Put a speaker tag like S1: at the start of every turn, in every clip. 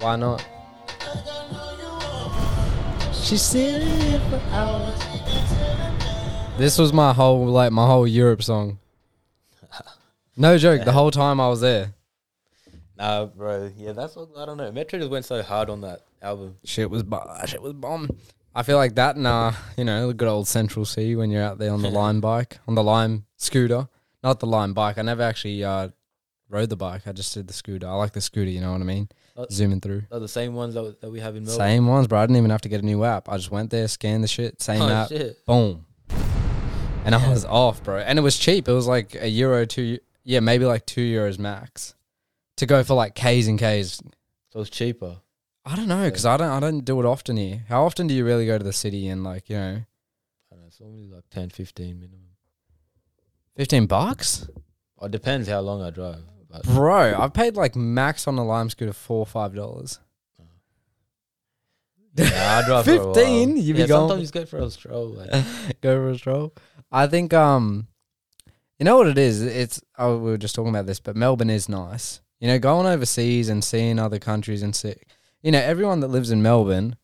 S1: Why not?
S2: She's sitting here for hours.
S1: This was my whole like my whole Europe song. No joke. The whole time I was there,
S3: Nah, bro. Yeah, that's what I don't know. Metro just went so hard on that album.
S1: shit was bomb. Shit was bomb. I feel like that. Nah, you know, the good old Central C when you're out there on the Lime bike, on the Lime scooter, not the Lime bike. I never actually uh, rode the bike. I just did the scooter. I like the scooter. You know what I mean?
S3: Uh,
S1: Zooming through.
S3: They're the same ones that, w- that we have in Melbourne.
S1: Same ones, bro. I didn't even have to get a new app. I just went there, scanned the shit, same
S3: Oh,
S1: app,
S3: shit.
S1: boom, and I was off, bro. And it was cheap. It was like a euro, two, eu- yeah, maybe like two euros max to go for like K's and K's.
S3: So it's cheaper.
S1: I don't know because I don't, I don't do it often here. How often do you really go to the city and like you know,
S3: I don't know, it's only like 10, 15 minimum. Oh,
S1: fifteen bucks,
S3: It depends how long I drive. But
S1: bro? I paid like max on the Lime Scooter four, five dollars.
S3: yeah, I drive for a while.
S1: 15? You be
S3: yeah,
S1: gone-
S3: Sometimes you just go for a stroll. Like,
S1: go for a stroll. I think um, you know what it is. It's oh, we were just talking about this, but Melbourne is nice. You know, going overseas and seeing other countries and see, you know, everyone that lives in Melbourne,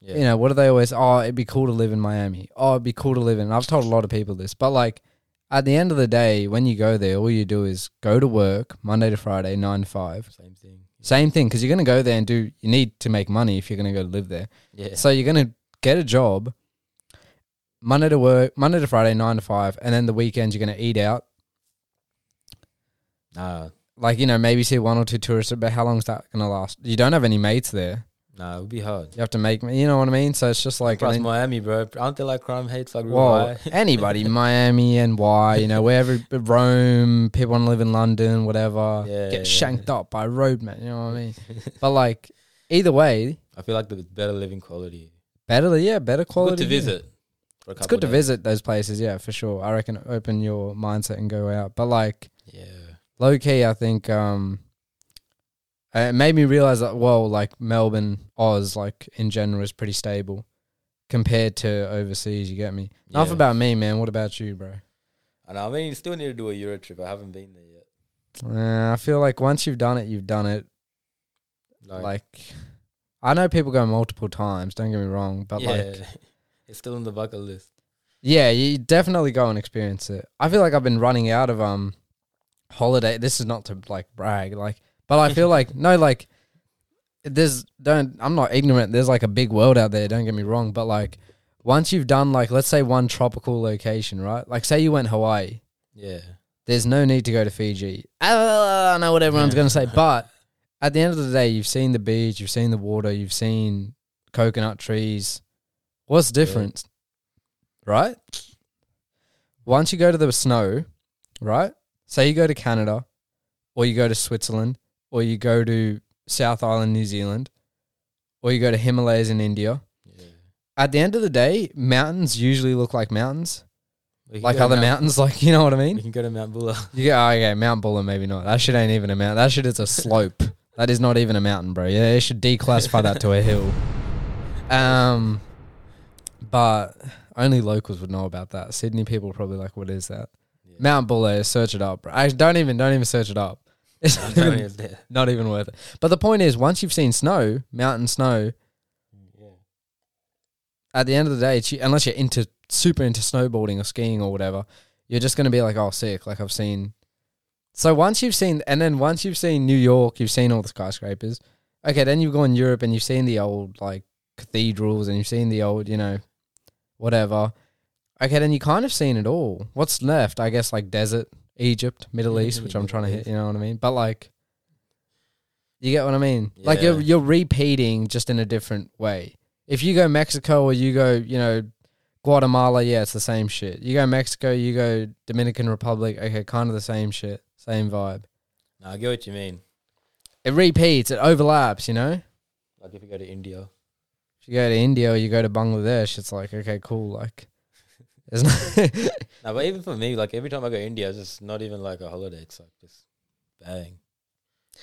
S3: yeah.
S1: you know, what do they always? Oh, it'd be cool to live in Miami. Oh, it'd be cool to live in. I've told a lot of people this, but like at the end of the day, when you go there, all you do is go to work Monday to Friday, nine to five.
S3: same thing.
S1: Same thing, because you're going to go there and do. You need to make money if you're going to go live there.
S3: Yeah.
S1: So you're gonna get a job Monday to work, Monday to Friday, nine to five, and then the weekends you're gonna eat out.
S3: Nah,
S1: Like you know, maybe see one or two tourists, but how long is that gonna last? You don't have any mates there.
S3: nah, it would be hard.
S1: You have to make, you know what I mean. So it's just like,
S3: Plus
S1: and then-
S3: Miami, bro. Aren't they like crime hates like real
S1: well,
S3: high?
S1: anybody, Miami, NY, you know, wherever, Rome, people want to live in London, whatever,
S3: Yeah,
S1: get
S3: yeah,
S1: shanked up by roadmen. You know what I mean? but like, either way,
S3: I feel like the better living quality.
S1: better, yeah, better
S3: quality
S1: quality.
S3: good to
S1: yeah.
S3: visit. for a
S1: It's
S3: couple
S1: good to
S3: days.
S1: visit those places, yeah, for sure. I reckon open your mindset and go out. But like
S3: Yeah.
S1: low key, I think um, uh, it made me realize that well, like Melbourne, Oz, like in general, is pretty stable compared to overseas. You get me? Enough
S3: Yeah.
S1: about me, man. What about you, bro?
S3: And I mean, still need to do a Euro trip. I haven't been there yet.
S1: Uh, I feel like once you've done it, you've done it. Like I know people go multiple times. Don't get me wrong, but
S3: yeah,
S1: like
S3: it's still on the bucket list.
S1: Yeah, you definitely go and experience it. I feel like I've been running out of um holiday. This is not to like brag, like, but I feel like no, like there's don't. I'm not ignorant. There's like a big world out there. Don't get me wrong, but like once you've done like let's say one tropical location, right? Like say you went Hawaii.
S3: Yeah.
S1: There's no need to go to Fiji. Ah, I know what everyone's gonna say, but at the end of the day, you've seen the beach, you've seen the water, you've seen coconut trees. What's the
S3: Yeah.
S1: difference? Right? Once you go to the snow, right? Say you go to Canada or you go to Switzerland or you go to South Island, New Zealand, or you go to Himalayas in India.
S3: Yeah.
S1: At the end of the day, mountains usually look like mountains,
S3: We can
S1: like
S3: go to
S1: other
S3: Mount-
S1: mountains, like you know what I mean?
S3: We can go to Mount Bulla.
S1: You go, oh, okay, Mount Buller, maybe not. That shit ain't even a mountain. That shit is a slope. that is not even a mountain, bro. Yeah, it should declassify that to a hill. Um, but only locals would know about that. Sydney people are probably like, what is that?
S3: Yeah.
S1: Mount Buller, search it up, bro. Actually, don't even, don't even search it up. It's not even,
S3: Antonio's there.
S1: not even worth it. But the point is, once you've seen snow, mountain snow,
S3: Yeah.
S1: at the end of the day, it's, unless you're into super into snowboarding or skiing or whatever, you're just going to be like, oh, sick. Like I've seen. So once you've seen, and then once you've seen New York, you've seen all the skyscrapers. Okay, then you've gone Europe and you've seen the old like cathedrals and you've seen the old, you know, whatever. Okay, then you kind of seen it all. What's left? I guess like desert, Egypt, Middle East, which I'm trying to hit. You know what I mean? But like, you get what I mean? Like
S3: Yeah.
S1: you're you're repeating just in a different way. If you go Mexico or you go, you know, Guatemala, yeah, it's the same shit. You go Mexico, you go Dominican Republic, okay, kind of the same shit, same vibe.
S3: Nah, I get what you mean.
S1: It repeats, it overlaps, you know? If
S3: Like if you go to India.
S1: you go to India or you go to Bangladesh, it's like, okay, cool, like there's no
S3: Nah, but even for me, like every time I go to India, it's just not even like a holiday. It's like just bang.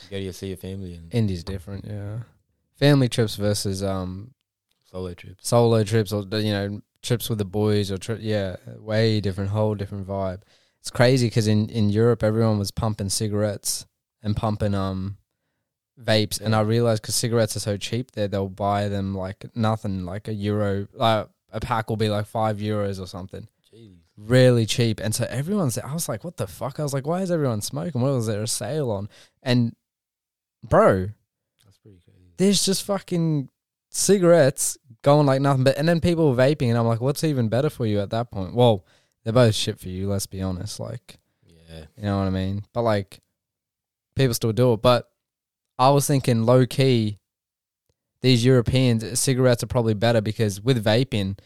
S3: You go to your- see your family and
S1: India's different, yeah. Family trips versus um
S3: solo trips.
S1: solo trips or you know, trips with the boys or tri- yeah, way different, whole different vibe. It's crazy cuz in in Europe everyone was pumping cigarettes and pumping um vapes, and I realized because cigarettes are so cheap there, they'll buy them like nothing, like a euro, like a pack will be like five euros or something,
S3: Jeez.
S1: really cheap. And so everyone's, I was like, what the fuck? I was like, why is everyone smoking? What was there a sale on? And bro,
S3: That's pretty crazy.
S1: there's just fucking cigarettes going like nothing but and then people vaping and I'm like what's even better for you at that point well they're both shit for you let's be honest like
S3: Yeah.
S1: you know what I mean but like people still do it but I was thinking low key these Europeans cigarettes are probably better because with vaping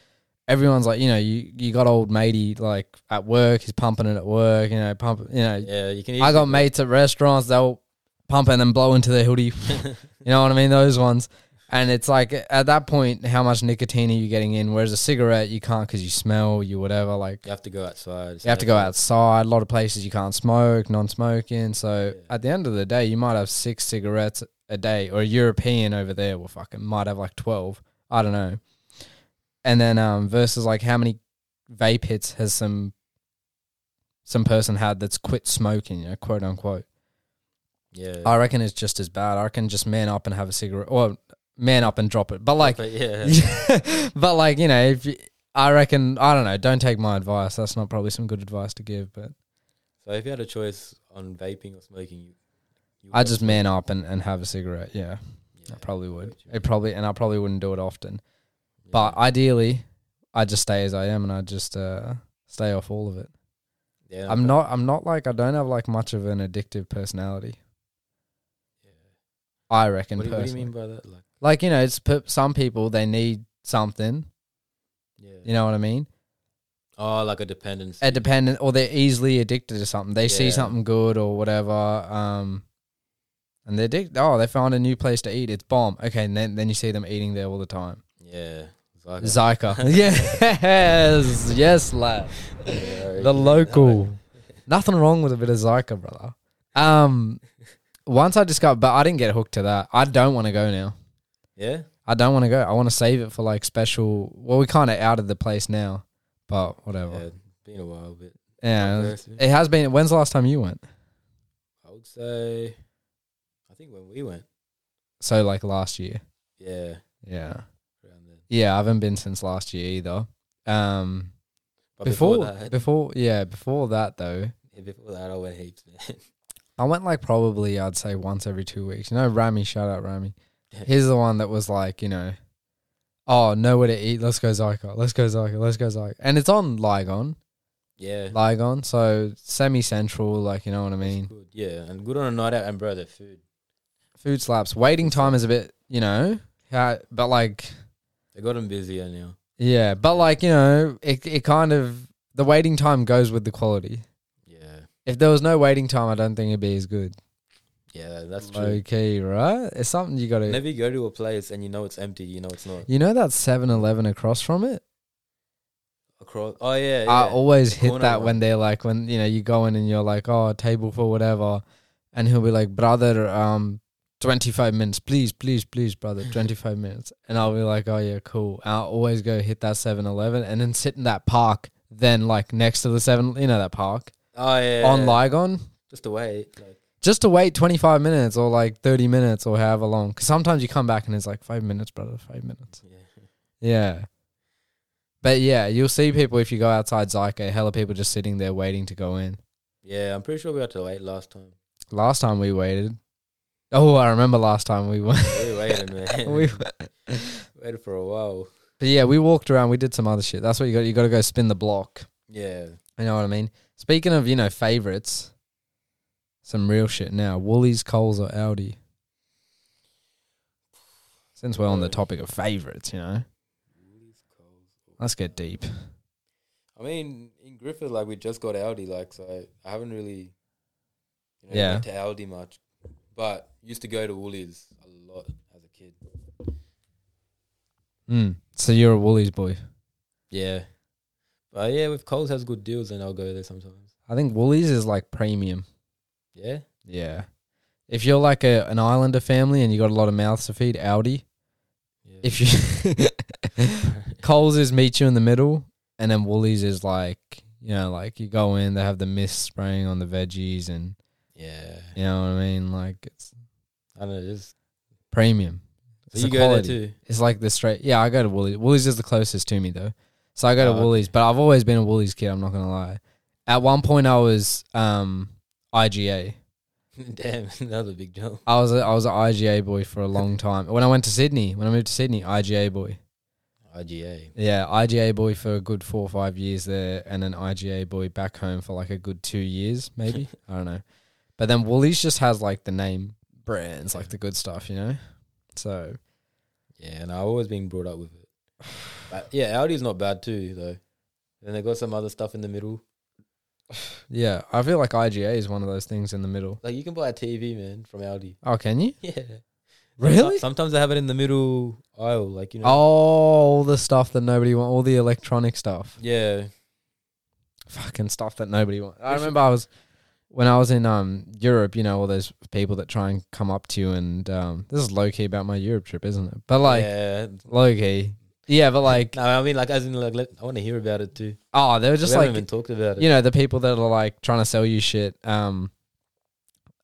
S1: everyone's like you know you you got old matey like at work he's pumping it at work you know pump you know
S3: Yeah, you can
S1: I got
S3: easily-
S1: mates at restaurants they'll pump and then blow into their hoodie you know what I mean? Those ones. And it's like at that point, how much nicotine are you getting in? Whereas a cigarette, you can't because you smell, you whatever. Like
S3: you have to go outside.
S1: you have to go outside. A lot of places you can't smoke, non-smoking. So at the end of the day, you might have six cigarettes a day, or a European over there will fucking might have like twelve. I don't know. And then um, versus like how many vape hits has some some person had that's quit smoking, you know, quote unquote.
S3: Yeah.
S1: I reckon it's just as bad. I reckon just man up and have a cigarette, or man up and drop it. But like,
S3: but yeah.
S1: but like you know, if you, I reckon I don't know. Don't take my advice. That's not probably some good advice to give. But
S3: So if you had a choice on vaping or smoking, you, you
S1: I
S3: would
S1: just
S3: have-
S1: man up and, and have a cigarette. Yeah,
S3: Yeah,
S1: I probably would.
S3: what you
S1: It probably and I probably wouldn't do it often.
S3: yeah.
S1: But ideally, I just stay as I am and I just uh, stay off all of it.
S3: yeah,
S1: I'm not. I'm not like I don't have like much of an addictive personality.
S3: Yeah.
S1: I reckon.
S3: What do, you, what do you
S1: personally.
S3: mean by that? Like,
S1: Like you know, it's pe- some people they need something.
S3: yeah.
S1: You know what I mean?
S3: oh, like a dependency.
S1: a dependent or they're easily addicted to something. They see
S3: Yeah.
S1: something good or whatever, um, and they're addicted. Oh, they found a new place to eat. It's bomb. Okay, and then then you see them eating there all the time.
S3: yeah. Zygote.
S1: Zyka. yes, yes, lad.
S3: Yeah,
S1: The
S3: yeah.
S1: local. Nothing wrong with a bit of Zyka, brother. Um, once I discovered, but I didn't get hooked to that. I don't want to go now.
S3: Yeah.
S1: I don't want to go. I want to save it for like special. Well, we kind of out of the place now, but whatever.
S3: Yeah. Been a while, but
S1: Oh. Yeah,
S3: Yeah, it's-
S1: it has been. When's the last time you went?
S3: I would say, I think when we went,
S1: So like last year.
S3: yeah,
S1: Yeah.
S3: around then.
S1: Yeah, I haven't been since last year either. Um
S3: But
S1: before
S3: before,
S1: before,
S3: that,
S1: yeah, before that though,
S3: yeah, before that, I went heaps. Man.
S1: I went like probably I'd say once every two weeks. You know, Rami, shout out Rami. He's the one that was like, you know, oh, nowhere to eat, let's go Zyka, let's go Zyka, let's go Zyka. And it's on Ligon.
S3: yeah,
S1: Ligon, so semi central, like you know what I
S3: it's
S1: mean.
S3: good. yeah, and good on a night out, and bro, the food
S1: Food slaps. Waiting time is a bit, you know, ha- but like
S3: they got them busier now.
S1: Yeah, but like you know, it it kind of the waiting time goes with the quality.
S3: Yeah,
S1: If there was no waiting time, I don't think it'd be as good.
S3: yeah, that's true.
S1: Okay, right? It's something you got to.
S3: Whenever you go to a place and you know it's empty, you know it's not
S1: You know that 7-Eleven across from it.
S3: across. Oh yeah, yeah.
S1: I always
S3: The
S1: hit
S3: corner
S1: that
S3: one.
S1: when they're like, when you know you go in and you're like, oh, table for whatever, and he'll be like, brother, um, twenty five minutes, please, please, please, brother, twenty five minutes, and I'll be like, oh yeah, cool. And I'll always go hit that 7-Eleven and then sit in that park, then like next to the seven, you know that park
S3: oh yeah,
S1: on Ligon.
S3: Just away, like
S1: just to wait 25 minutes or like 30 minutes or however long. Because sometimes you come back and it's like five minutes, brother, five minutes.
S3: yeah,
S1: Yeah. But yeah, you'll see people if you go outside Zyka, hella people just sitting there waiting to go in.
S3: yeah. I'm pretty sure we had to wait last time.
S1: Last time we waited. Oh, I remember last time we went.
S3: We waited, man.
S1: we,
S3: we waited for a while.
S1: but yeah, we walked around. We did some other shit. That's what you got. You got to go spin the block.
S3: Yeah,
S1: You know what I mean? Speaking of, you know, favorites, some real shit now. Woolies, Coles, or Aldi? Since we're on the topic of favorites, you know, let's get deep.
S3: I mean, in Griffith, like we just got Aldi, like so I haven't really, you know,
S1: Yeah.
S3: went to Aldi much, but used to go to Woolies a lot as a kid.
S1: Mm. So you're a Woolies boy.
S3: Yeah, but yeah, with Coles has good deals, and I'll go there sometimes.
S1: I think Woolies is like premium.
S3: Yeah,
S1: Yeah. If you're like a, an Islander family and you got a lot of mouths to feed, Aldi.
S3: yeah.
S1: If you Coles is meet you in the middle, and then Woolies is like you know like you go in, they have the mist spraying on the veggies and
S3: yeah,
S1: You know what I mean? Like it's
S3: I don't know. Just
S1: Premium.
S3: so
S1: It's
S3: you
S1: the
S3: go
S1: quality.
S3: there too.
S1: It's like the straight. Yeah, I go to Woolies. Woolies is the closest to me though, so I go to
S3: Oh, okay.
S1: Woolies. But I've always been a Woolies kid. I'm not gonna lie. At one point, I was um IGA.
S3: Damn, another big jump.
S1: I was a, I was an IGA boy for a long time. When I went to Sydney, when I moved to Sydney, IGA boy.
S3: IGA.
S1: Yeah, IGA boy for a good four or five years there, and then IGA boy back home for like a good two years, maybe. I don't know. But then Woolies just has like the name brands, like the good stuff, you know. So
S3: Yeah, and I've always been brought up with it. But yeah, Audi's not bad too though. Then they got some other stuff in the middle.
S1: yeah, I feel like IGA is one of those things in the middle.
S3: Like you can buy a TV, man, from Audi.
S1: Oh, can you?
S3: Yeah.
S1: Really?
S3: Sometimes, sometimes they have it in the middle aisle, like you know.
S1: Oh, all the stuff that nobody wants, all the electronic stuff,
S3: Yeah.
S1: fucking stuff that nobody wants. I remember I was when I was in um Europe, you know, all those people that try and come up to you and um this is low key about my Europe trip, isn't it? But like
S3: yeah.
S1: low key, yeah, but like
S3: No, I mean like as in like let, I want to hear about it too.
S1: oh, they were
S3: Just
S1: just
S3: we
S1: like
S3: haven't even talked about it.
S1: you know the people that are like trying to sell you shit um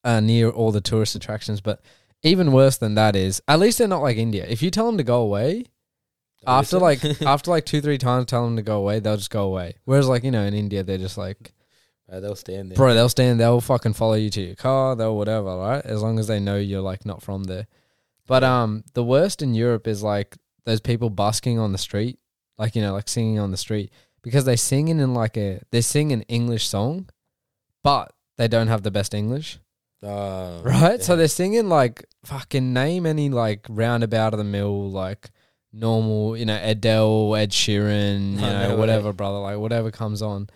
S1: uh, near all the tourist attractions, but. Even worse than that is, at least they're not like India. If you tell them to go away, after like after like two three times tell them to go away they'll just go away whereas like you know in india they're just like
S3: Uh, they'll stand there.
S1: bro they'll stand they'll fucking follow you to your car they'll whatever right as long as they know you're like not from there but um the worst in europe is like those people busking on the street like you know like singing on the street because they singing in like a they sing an english song but they don't have the best english
S3: Oh,
S1: right? So
S3: yeah.
S1: they're singing like fucking name any like roundabout of the mill like normal, you know, Adele, Ed Sheeran, you
S3: No,
S1: know,
S3: no way.
S1: whatever, brother, like whatever comes on.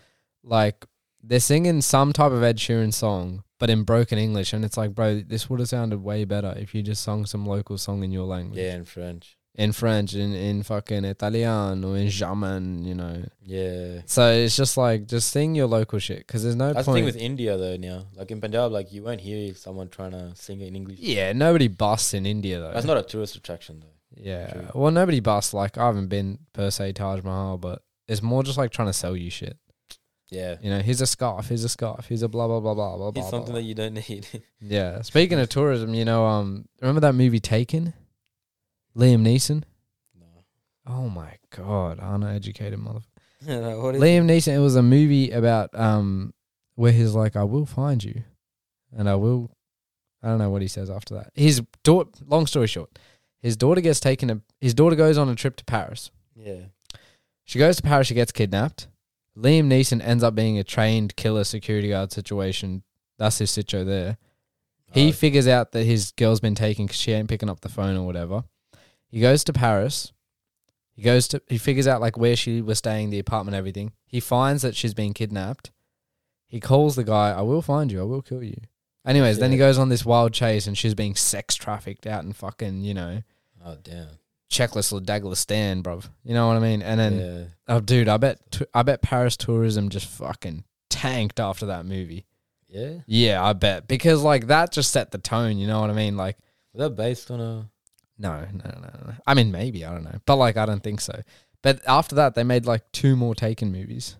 S1: Like they're singing some type of Ed Sheeran song, but in broken English, and it's like, bro, this would have sounded way better if you just sung some local song in your language,
S3: yeah, in French.
S1: in French, in in fucking Italian or in German, you know.
S3: Yeah.
S1: So it's just like just sing your local shit because there's no
S3: That's the
S1: point.
S3: thing with India though now. Like in Punjab, like you won't hear someone trying to sing it in English.
S1: yeah, nobody busts in India though.
S3: That's not a tourist attraction though.
S1: Yeah.
S3: True.
S1: Well, nobody busts. Like, I haven't been per se Taj Mahal, but it's more just like trying to sell you shit.
S3: Yeah.
S1: You know, here's a scarf, here's a scarf, here's a blah, blah, blah, blah, blah,
S3: It's
S1: blah.
S3: something
S1: blah.
S3: that you don't need.
S1: yeah. Speaking of tourism, you know, um, remember that movie Taken? Liam Neeson?
S3: no.
S1: Oh my God. Uneducated mother.
S3: Like, what is
S1: Liam Neeson, it was a movie about um where he's like, I will find you and I will I don't know what he says after that. His daughter long story short, his daughter gets taken a, his daughter goes on a trip to Paris.
S3: Yeah.
S1: She goes to Paris, she gets kidnapped. Liam Neeson ends up being a trained killer security guard situation. That's his sitcho there. He
S3: Oh,
S1: figures out that his girl's been taken because she ain't picking up the phone or whatever. He goes to Paris. He goes to he figures out like where she was staying, the apartment, everything. He finds that she's been kidnapped. He calls the guy, I will find you, I will kill you. Anyways, then he
S3: Yeah.
S1: goes on this wild chase and she's being sex trafficked out in fucking, you know,
S3: oh damn.
S1: Czechoslovakia, bruv. You know what I mean? And then
S3: yeah.
S1: Oh, dude, I bet t- I bet Paris tourism just fucking tanked after that movie.
S3: Yeah. Was
S1: Yeah, I bet because like that just set the tone. You know what I mean? Like,
S3: that based on a
S1: no, no, no, no. I mean, maybe I don't know, but like I don't think so. But after that, they made like two more Taken movies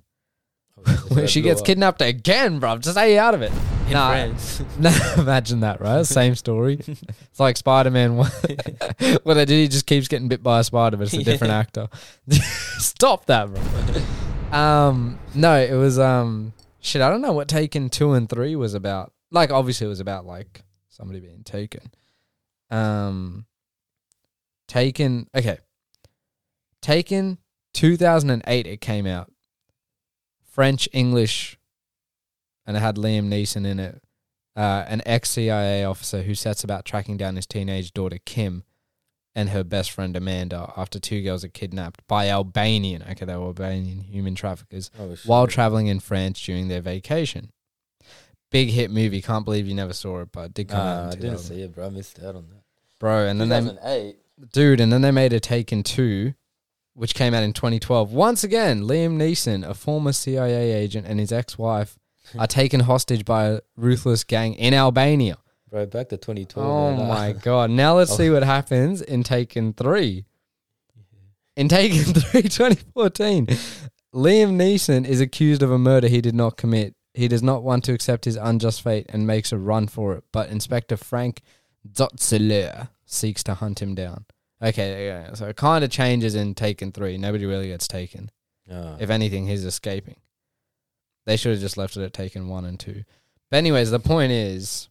S3: oh,
S1: where she gets
S3: kidnapped
S1: kidnapped again, bruv. Just stay out of it.
S3: in
S1: Nah.
S3: France.
S1: No, imagine that, right? Same story. It's like Spider Man. What what they did, he just keeps getting bit by a spider, but it's a different actor. Stop that, bro. Um, no, it was um, shit. I don't know what Taken two and three was about. Like, obviously, it was about like somebody being taken. Um, Taken. Okay, Taken. Two thousand and eight. It came out. French, English, and it had Liam Neeson in it uh, an ex CIA officer who sets about tracking down his teenage daughter Kim and her best friend Amanda after two girls are kidnapped by Albanian, okay, they were Albanian human traffickers,
S3: Oh, shit.
S1: while traveling in France during their vacation. Big hit movie. Can't believe you never saw it, but it did come out.
S3: Nah,
S1: In
S3: Uh, I didn't
S1: 2000.
S3: see it, bro. I missed out on that.
S1: Bro, and then they
S3: 2008.
S1: dude, and then they made a Taken Two, which came out in 2012. Once again, Liam Neeson, a former CIA agent, and his ex-wife are taken hostage by a ruthless gang in Albania.
S3: Bro, back to 2012.
S1: Oh
S3: man.
S1: my god! Now let's
S3: Oh.
S1: see what happens in Taken Three. In Taken Three, 2014, Liam Neeson is accused of a murder he did not commit. He does not want to accept his unjust fate and makes a run for it. But Inspector Frank Zotzelur seeks to hunt him down. Okay, there you go. So it kind of changes in Taken 3. Nobody really gets taken.
S3: Ah.
S1: If anything, he's escaping. They should have just left it at Taken 1 and 2. But, anyways, the point is.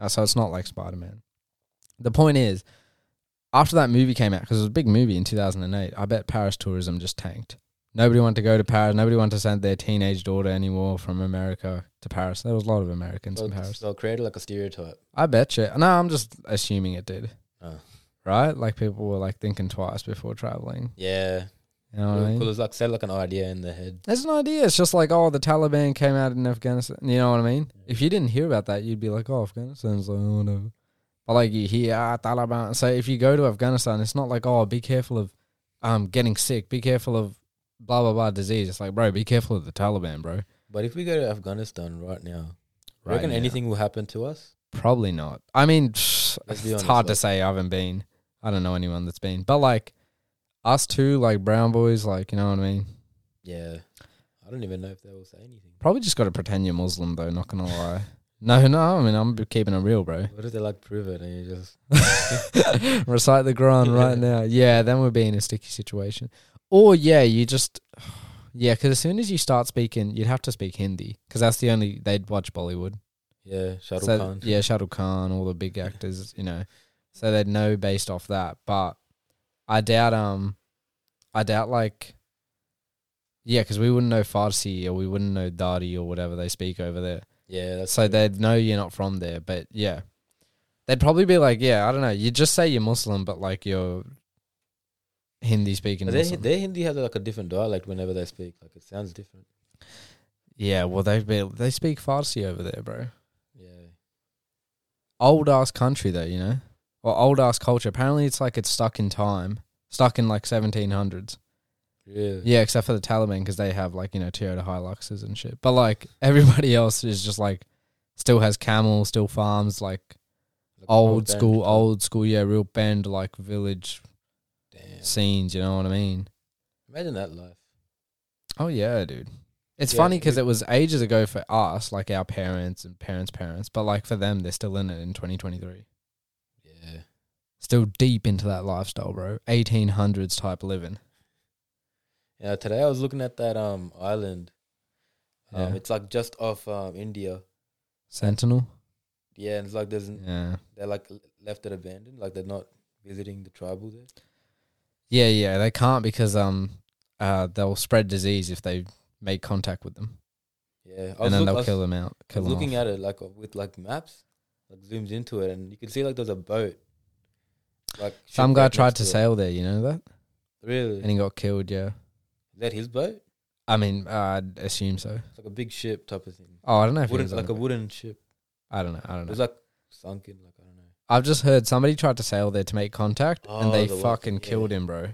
S1: uh, so it's not like Spider Man. The point is, after that movie came out, because it was a big movie in 2008, I bet Paris tourism just tanked. Nobody wanted to go to Paris. Nobody wanted to send their teenage daughter anymore from America to Paris. There was a lot of Americans
S3: so,
S1: in Paris.
S3: so created like a stereotype.
S1: I bet you. No, I'm just assuming it did.
S3: Oh.
S1: Right? Like people were like thinking twice before traveling.
S3: Yeah.
S1: You know
S3: Cool.
S1: what I mean?
S3: cool. It's like set like an idea in the head.
S1: It's an idea. It's just like, oh, the Taliban came out in Afghanistan. You know what I mean? If you didn't hear about that, you'd be like, oh, Afghanistan's like, oh, whatever. But like you hear ah, Taliban. So if you go to Afghanistan, it's not like, oh, be careful of um getting sick. Be careful of blah blah blah disease. It's like, bro, be careful of the Taliban, bro.
S3: But if we go to Afghanistan right now,
S1: Right
S3: reckon
S1: now.
S3: anything will happen to us?
S1: Probably not. I mean,
S3: Let's
S1: it's
S3: be honest,
S1: hard to
S3: like-
S1: say. I haven't been. I don't know anyone that's been. But like us two, like brown boys, like you know what I mean.
S3: Yeah. I don't even know if they will say anything.
S1: Probably just got to pretend you're Muslim though. Not gonna lie. No, no. I mean, I'm be- keeping it real, bro.
S3: What if they like prove it and you just
S1: Recite the Quran right now. Yeah, then we'd be in a sticky situation. Or yeah, you just yeah, because as soon as you start speaking, you'd have to speak Hindi because that's the only they'd watch Bollywood.
S3: yeah, Shah Rukh
S1: So-
S3: Khan.
S1: Yeah, Shah Rukh Khan, all the big actors, you know. So they'd know based off that. But I doubt, um, I doubt like, yeah, because we wouldn't know Farsi or we wouldn't know Dari or whatever they speak over there.
S3: Yeah, that's
S1: So they'd know you're not from there. But yeah, they'd probably be like, yeah, I don't know. You just say you're Muslim, but like you're Hindi speaking.
S3: But their,
S1: Muslim.
S3: their Hindi has like a different dialect whenever they speak. Like it sounds different.
S1: yeah, well, they'd be, they speak Farsi over there, bro.
S3: Yeah.
S1: old ass country though, you know, or old ass culture. Apparently, it's like it's stuck in time, stuck in like seventeen hundreds.
S3: Really.
S1: Yeah, except for the Taliban because they have like you know Toyota Hiluxes and shit. But like everybody else is just like still has camel, still farms, like
S3: Like
S1: old
S3: band
S1: school,
S3: type.
S1: old school, yeah, real bend like village
S3: Damn.
S1: scenes. You know what I mean?
S3: Imagine that life.
S1: Oh yeah, dude. It's funny 'cause
S3: Yeah,
S1: funny because
S3: we-
S1: it was ages ago for us, like our parents and parents' parents, but like for them, they're still in it in 2023.
S3: Yeah.
S1: still deep into that lifestyle, bro. 1800s type living.
S3: Yeah. Today I was looking at that um island. Um,
S1: Yeah.
S3: it's like just off um India.
S1: Sentinel.
S3: Yeah, and it's like there's
S1: Yeah.
S3: they're like l- left it abandoned. Like they're not visiting the tribal there.
S1: Yeah, yeah. They can't because um uh they'll spread disease if they make contact with them.
S3: Yeah. I
S1: And then
S3: look-
S1: they'll
S3: I was-
S1: kill them out.
S3: I
S1: Kill
S3: was
S1: them
S3: looking
S1: off.
S3: at it like uh, with like maps, like zooms into it, and you can see like there's a boat. Like
S1: Some guy
S3: shipwrecked
S1: tried
S3: next
S1: to
S3: it.
S1: sail there, you know that?
S3: Really?
S1: And he got killed, yeah.
S3: Is that his boat?
S1: I mean, uh, I'd assume so.
S3: It's like a big ship type of thing.
S1: Oh, I don't know if he
S3: Wooden,
S1: was on
S3: like
S1: the-
S3: a wooden ship.
S1: I don't know. I don't
S3: It
S1: know.
S3: was like sunken. Like I don't know.
S1: I've just heard somebody tried to sail there to make contact
S3: Oh,
S1: and they
S3: the one-
S1: fucking
S3: yeah.
S1: killed him, bro.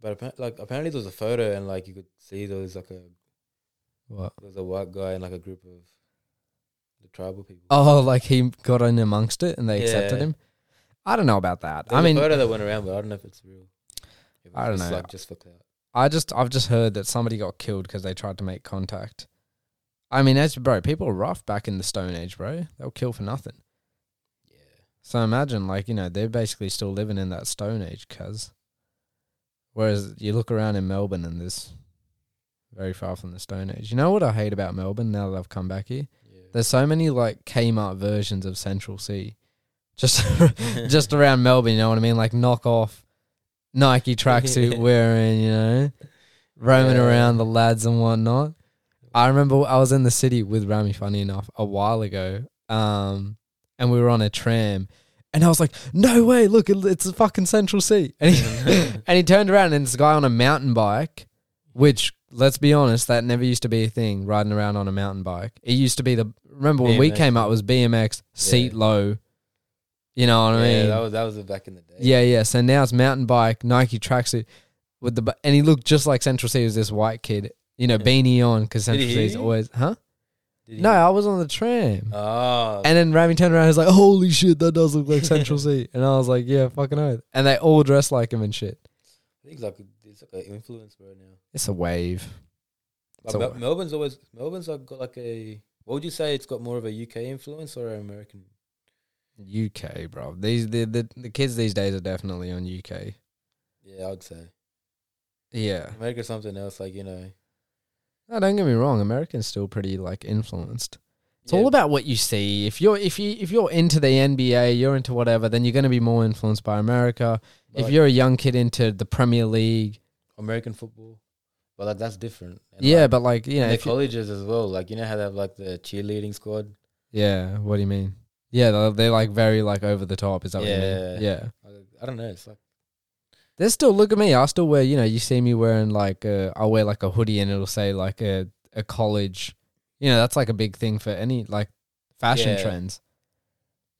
S3: But apparently, like apparently there was a photo, and like you could see there was like a
S1: What?
S3: there was a white guy and like a group of the tribal people.
S1: Oh, like he got in amongst it and they accepted
S3: Yeah.
S1: him? I don't know about that.
S3: There
S1: I
S3: was
S1: mean,
S3: a photo that went around, but I don't know if it's real. If
S1: I
S3: it's
S1: don't
S3: just,
S1: know.
S3: Like just for clout.
S1: I just I've just heard that somebody got killed because they tried to make contact. I mean, as bro, people were rough back in the Stone Age, bro. They'll kill for nothing.
S3: Yeah.
S1: So imagine, like you know, they're basically still living in that Stone Age, cuz. Whereas you look around in Melbourne and there's very far from the Stone Age. You know what I hate about Melbourne now that I've come back here?
S3: Yeah.
S1: There's so many like Kmart versions of Central C, just just around Melbourne. You know what I mean? Like knockoff Nike tracksuit wearing, you know, roaming
S3: Yeah.
S1: around the lads and whatnot. I remember I was in the city with Rami, funny enough, a while ago, um, and we were on a tram, and I was like, "No way! Look, it, it's a fucking Central C." And he, and he turned around, and this guy on a mountain bike, which let's be honest, that never used to be a thing. Riding around on a mountain bike, it used to be the remember when we
S3: BMX.
S1: came up it was BMX seat
S3: Yeah.
S1: low. You know what I
S3: yeah,
S1: mean?
S3: that was that was back in the day.
S1: Yeah, yeah. So now it's mountain bike, Nike tracksuit with the bu- and he looked just like Central C was this white kid, you know,
S3: Yeah.
S1: beanie on because
S3: Did he
S1: Central
S3: hear
S1: C's
S3: you?
S1: always, huh?
S3: Did he-
S1: No, I was on the tram,
S3: Ah.
S1: and then Rami turned around, and was like, "Holy shit, that does look like Central C," and I was like, "Yeah, fucking oath." And they all dress like him and shit.
S3: I think it's like it's like an influence right now.
S1: It's a wave.
S3: But
S1: So-
S3: Mel- Melbourne's always Melbourne's like got like a what would you say it's got more of a UK influence or an American?
S1: UK, bro. These the, the the kids these days are definitely on UK.
S3: Yeah, I would say
S1: Yeah.
S3: America's something else. Like you know,
S1: No, don't get me wrong. Americans still pretty like influenced. It's
S3: yeah,
S1: all about what you see. If you're if you if you're into the NBA, you're into whatever, then you're going to be more influenced by America. if
S3: like,
S1: you're a young kid into the Premier League,
S3: American football, but like that's different. And,
S1: yeah,
S3: like,
S1: but like you know,
S3: and the
S1: if you-
S3: colleges as well. Like you know how they have like the cheerleading squad.
S1: yeah. What do you mean? Yeah, they're, they're like very like over the top. Is that what you
S3: Yeah.
S1: mean? Yeah.
S3: Like, I don't know. It's like
S1: There's still look at me. I still wear. You know, you see me wearing like a. I wear like a hoodie, and it'll say like a a college. You know, that's like a big thing for any like fashion
S3: Yeah.
S1: trends.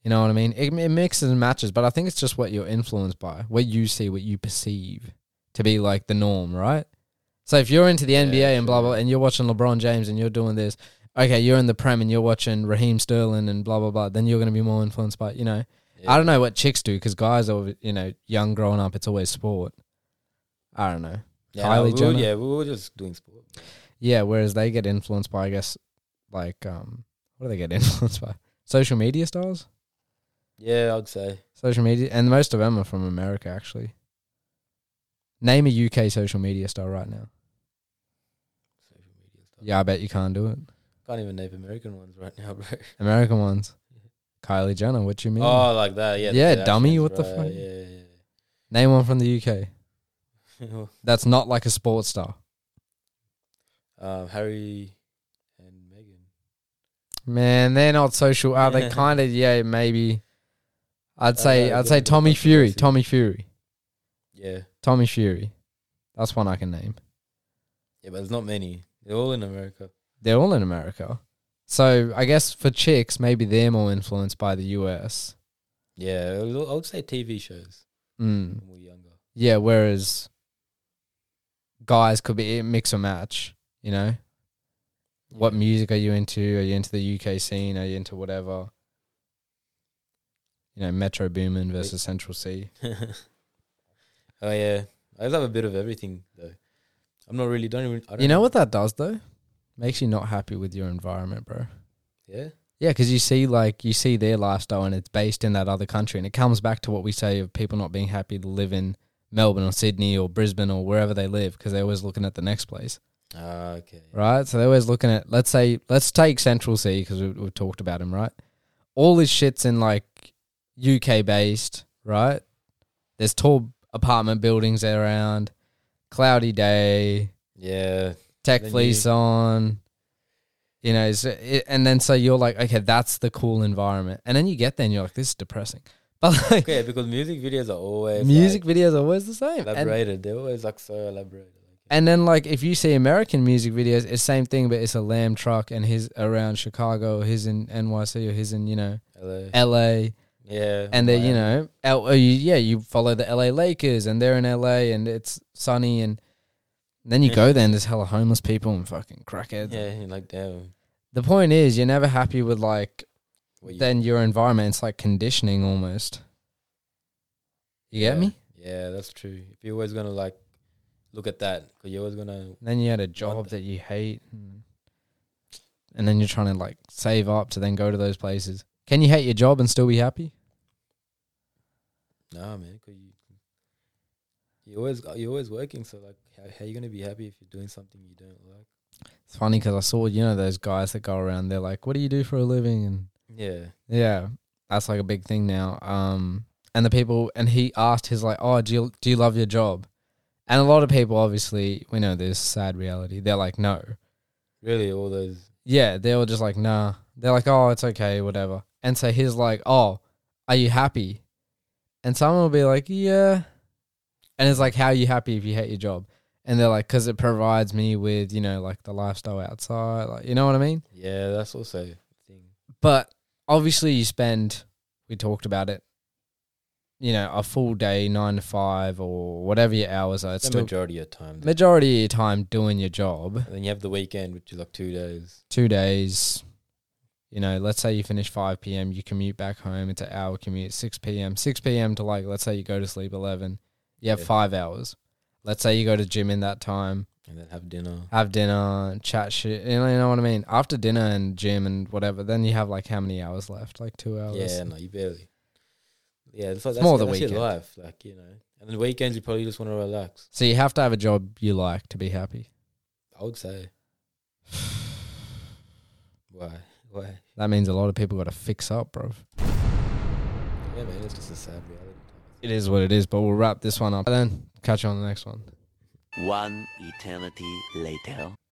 S1: You know what I mean? It, it mixes and matches, but I think it's just what you're influenced by, what you see, what you perceive to be like the norm, right? So if you're into the
S3: Yeah,
S1: NBA and blah
S3: sure.
S1: blah, and you're watching LeBron James and you're doing this, okay, you're in the Prem and you're watching Raheem Sterling and blah blah blah, then you're gonna be more influenced by, you know,
S3: yeah.
S1: I don't know what chicks do because guys are, you know, young growing up, it's always sport. I don't know.
S3: yeah,
S1: Kylie
S3: we were-
S1: Jenner.
S3: yeah, we were just doing sport.
S1: Yeah, whereas they get influenced by, I guess, like, um, what do they get influenced by? Social media stars?
S3: Yeah, I'd say
S1: Social media. And most of them are from America, actually. Name a UK social media star right now.
S3: social media stuff.
S1: Yeah, I bet you can't do it.
S3: can't even name American ones right now, bro.
S1: American ones. Kylie Jenner, what you mean?
S3: Oh, like that, yeah.
S1: Yeah,
S3: the
S1: dummy,
S3: actions,
S1: what the
S3: right,
S1: fuck?
S3: Yeah,
S1: Name one from the UK
S3: yeah, yeah.
S1: that's not like a sports star.
S3: um, Harry and Meghan.
S1: Man, they're not social. Are they kind of? Yeah, maybe. I'd
S3: Uh,
S1: say I'd say
S3: yeah,
S1: Tommy
S3: that's
S1: Fury,
S3: impressive.
S1: Tommy Fury,
S3: Yeah,
S1: Tommy Fury. That's one I can name.
S3: yeah, but there's not many. They're all in America.
S1: They're all in America, so I guess for chicks, maybe they're more influenced by the U.S.
S3: Yeah, I would- I would say TV shows
S1: Mm.
S3: when we we're younger.
S1: Yeah, whereas guys could be eh, mix or match. You know, what
S3: Yeah.
S1: music are you into? Are you into the UK scene? Are you into whatever? You know, Metro Boomin versus Central C.
S3: oh yeah, I love a bit of everything though. I'm not really don't even. I don't
S1: You know what that does though? Makes you not happy with your environment, bro.
S3: Yeah,
S1: Yeah, because you see, like, you see their lifestyle and it's based in that other country. And it comes back to what we say of people not being happy to live in Melbourne or Sydney or Brisbane or wherever they live because they're always looking at the next place,
S3: ah, okay.
S1: right? So they're always looking at, let's say, let's take Central C because we, we've talked about him, right? All his shit's in, like, UK based, right? There's tall apartment buildings around, cloudy day,
S3: Yeah,
S1: tech
S3: Then
S1: fleece on. You know, so it, and then so you're like, okay, that's the cool environment, and then you get there and you're like, this is depressing. But like,
S3: okay, because music videos are always
S1: music
S3: like,
S1: videos are always the same, and,
S3: elaborated. They're always like so elaborated.
S1: and then like if you see American music videos, it's same thing, but it's a lamb truck, and his around Chicago, his in NYC, or his in you know
S3: Hello.
S1: LA,
S3: Yeah,
S1: and they you
S3: Miami.
S1: know L- uh, you, yeah you follow the LA Lakers, and they're in LA, and it's sunny, and then you go there and there's hella homeless people and fucking crackheads.
S3: Yeah, you're like damn.
S1: The point is, you're never happy with like
S3: what you-
S1: then your environment's like conditioning almost. You get
S3: yeah.
S1: me?
S3: Yeah, that's true. If you're always gonna like look at that, because you're always gonna
S1: And then you had a job that you hate, and, and then you're trying to like save up to then go to those places. Can you hate your job and still be happy?
S3: nah, man. 'cause you you always you're always working. So like, how, how you gonna be happy if you're doing something you don't like?
S1: It's funny because I saw you know those guys that go around. They're like, "What do you do for a living?" And
S3: Yeah,
S1: yeah, that's like a big thing now. Um, and the people and he asked his like, "Oh, do you do you love your job?" And a lot of people, obviously, we know this sad reality. They're like, "No."
S3: really, all those.
S1: Yeah, they were just like, nah. They're like, oh, it's okay, whatever. And so he's like, oh, are you happy? And someone will be like, yeah. And it's like, how are you happy if you hate your job? And they're like, because it provides me with, you know, like the lifestyle outside. Like, you know what I mean?
S3: Yeah, that's also a thing.
S1: But obviously, you spend, we talked about it, you know, a full day, nine to five or whatever your hours are. It's
S3: the
S1: still
S3: majority of time. though.
S1: majority of your time doing your job.
S3: and then you have the weekend, which is like two days.
S1: two days. You know, let's say you finish 5 p.m., you commute back home. It's an hour commute, 6 p.m., 6 p.m. to like, let's say you go to sleep 11. You have
S3: Yeah.
S1: five hours. Let's say you go to gym in that time,
S3: and then have dinner.
S1: have dinner, chat shit. You know, you know what I mean. After dinner and gym and whatever, then you have like how many hours left? Like two hours.
S3: Yeah, no, you barely. Yeah, it's like that's,
S1: Oh, more
S3: more
S1: the
S3: the that's
S1: weekend.
S3: your life, like you know. And then weekends, you probably just want to relax.
S1: So you have to have a job you like to be happy.
S3: I would say. Why? Why?
S1: That means a lot of people got to fix up, bro.
S3: Yeah, man, it's just a sad reality.
S1: It is what it is, but we'll wrap this one up. And then catch you on the next one.
S4: One eternity later.